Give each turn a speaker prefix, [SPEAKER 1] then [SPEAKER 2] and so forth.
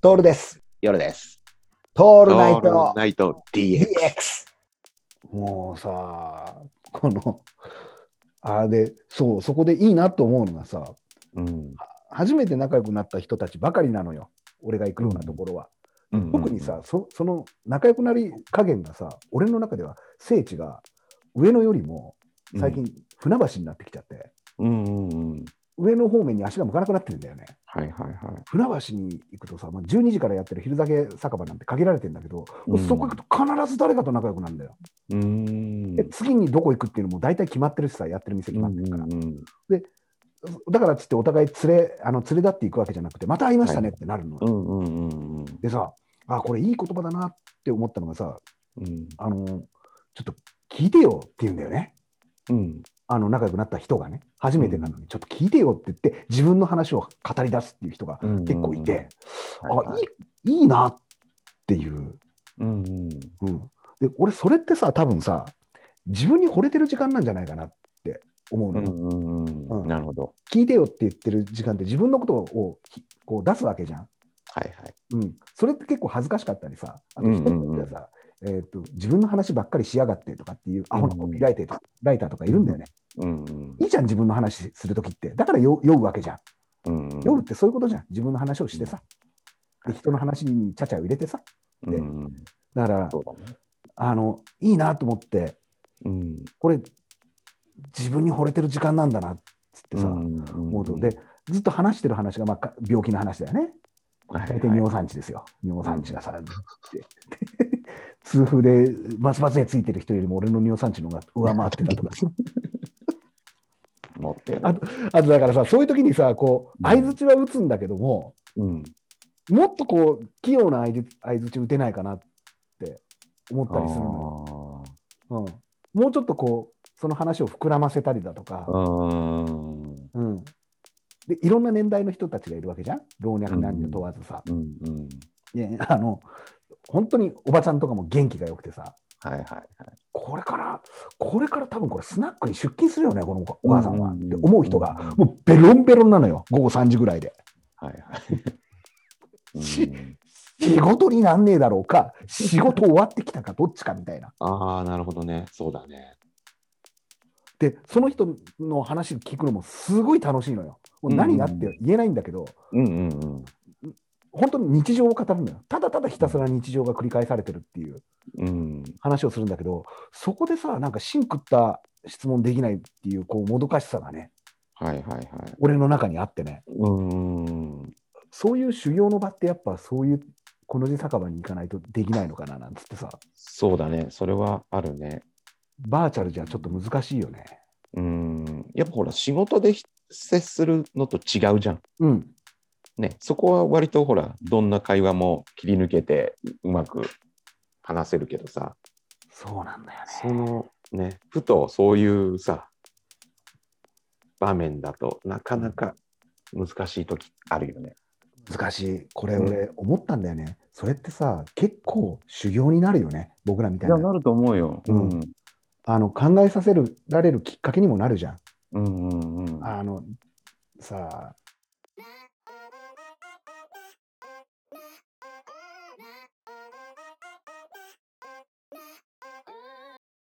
[SPEAKER 1] トールです。
[SPEAKER 2] 夜です。
[SPEAKER 1] ト
[SPEAKER 2] オ
[SPEAKER 1] ールナイト
[SPEAKER 2] ナイト DX。
[SPEAKER 1] DX。もうさ、この、あれで、そう、そこでいいなと思うのがさ、
[SPEAKER 2] うん。
[SPEAKER 1] 初めて仲良くなった人たちばかりなのよ。俺が行くようなところは。特にさ、そその仲良くなり加減がさ、俺の中では聖地が上野よりも
[SPEAKER 2] うん、
[SPEAKER 1] 最近船橋になってきちゃって、
[SPEAKER 2] うんうんうん。
[SPEAKER 1] 上野方面に足が向かなくなってるんだよね。
[SPEAKER 2] はいはいはい。
[SPEAKER 1] 船橋に行くとさ、まあ、12時からやってる昼酒酒場なんて限られてんだけど、
[SPEAKER 2] うん
[SPEAKER 1] そこ行くと必ず誰かと仲良くなるんだよ。
[SPEAKER 2] うーん。
[SPEAKER 1] で次にどこ行くっていうのも大体決まってるしさ、やってる店決まってるから。
[SPEAKER 2] うんうん
[SPEAKER 1] だからっつってお互い連れ、あの連れ立っていくわけじゃなくて、また会いましたねってなるの。
[SPEAKER 2] うんうんうんうん
[SPEAKER 1] でさ、あ、これいい言葉だなって思ったのがさ、
[SPEAKER 2] うん
[SPEAKER 1] あの、ちょっと聞いてよって言うんだよね。
[SPEAKER 2] うん
[SPEAKER 1] あの仲良くなった人がね、初めてなのに、ちょっと聞いてよって言って、自分の話を語り出すっていう人が
[SPEAKER 2] うん
[SPEAKER 1] 結構いて、
[SPEAKER 2] はいはい
[SPEAKER 1] あいいいいなっていう。
[SPEAKER 2] うんうん
[SPEAKER 1] うん、で俺それってさ多分さ自分に惚れてる時間なんじゃないかなって思う
[SPEAKER 2] う
[SPEAKER 1] のよ、
[SPEAKER 2] んうん
[SPEAKER 1] う
[SPEAKER 2] うんんなるほど。
[SPEAKER 1] 聞いてよって言ってる時間って自分のことをひこう出すわけじゃん、
[SPEAKER 2] はいはい。
[SPEAKER 1] うん、それって結構恥ずかしかったりさあと人によってはさ、えー、と自分の話ばっかりしやがってとかっていうアホなコピーライターとか,、ライターとかいるんだよね、
[SPEAKER 2] うんうん
[SPEAKER 1] いいじゃん自分の話するときってだから酔酔うわけじゃん
[SPEAKER 2] うんうん
[SPEAKER 1] 酔うってそういうことじゃん自分の話をしてさ、
[SPEAKER 2] うん
[SPEAKER 1] で人の話にちゃちゃを入れてさ
[SPEAKER 2] うんうん
[SPEAKER 1] だから
[SPEAKER 2] そうだね。
[SPEAKER 1] あのいいなと思って
[SPEAKER 2] うん。
[SPEAKER 1] これ自分に惚れてる時間なんだなっつってさ、思
[SPEAKER 2] モ
[SPEAKER 1] うとでずっと話してる話が、まあか、病気の話だよね大体尿酸値ですよ尿酸値がさ、って で痛風でバツバツについてる人よりも俺の尿酸値の方が上回ってたとか
[SPEAKER 2] 持ってる
[SPEAKER 1] あと あとだからさそういう時にさこう相づちは打つんだけども、
[SPEAKER 2] うん
[SPEAKER 1] もっとこう器用な相づ相づち打てないかなって思ったりするのよ、うん、もうちょっとこうその話を膨らませたりだとか
[SPEAKER 2] あ、ーうん
[SPEAKER 1] うん、でいろんな年代の人たちがいるわけじゃん老若男女問わずさ、
[SPEAKER 2] うんうん
[SPEAKER 1] ねあの本当におばちゃんとかも元気が良くてさ
[SPEAKER 2] はいはいはい。
[SPEAKER 1] これからこれから多分これスナックに出勤するよねこのおお母さんは
[SPEAKER 2] う
[SPEAKER 1] っ
[SPEAKER 2] ん
[SPEAKER 1] て思う人が
[SPEAKER 2] うん
[SPEAKER 1] もうベロンベロンなのよ午後3時ぐらいで
[SPEAKER 2] はいはい。
[SPEAKER 1] し 仕事になんねえだろうか仕事終わってきたかどっちかみたいな
[SPEAKER 2] ああ、なるほどね。そうだね。
[SPEAKER 1] でその人の話聞くのもすごい楽しいのよもう何があって言えないんだけど、
[SPEAKER 2] うんうんうん。
[SPEAKER 1] 本当に日常を語るのよただただひたすら日常が繰り返されてるっていう
[SPEAKER 2] うん、
[SPEAKER 1] 話をするんだけど、そこでさ、なんか芯食った質問できないっていう、こう、もどかしさがね、
[SPEAKER 2] はいはいはい。
[SPEAKER 1] 俺の中にあってね、
[SPEAKER 2] うん。
[SPEAKER 1] そういう修行の場って、やっぱそういう、この字酒場に行かないとできないのかななんつってさ、
[SPEAKER 2] そうだね。それはあるね。
[SPEAKER 1] バーチャルじゃちょっと難しいよね。
[SPEAKER 2] うん。やっぱほら、仕事で接するのと違うじゃん。
[SPEAKER 1] うん、
[SPEAKER 2] ね。そこは割とほら、どんな会話も切り抜けてうまく話せるけどさ、
[SPEAKER 1] そうなんだよね。
[SPEAKER 2] そのね、ふとそういうさ、場面だとなかなか難しい時あるよね。
[SPEAKER 1] 難しい。これ、俺、思ったんだよね。それってさ、結構修行になるよね、僕らみたいな。
[SPEAKER 2] ると思うよ。うん。
[SPEAKER 1] あの考えさせるられるきっかけにもなるじゃん。
[SPEAKER 2] うんうんうん。
[SPEAKER 1] あのさあ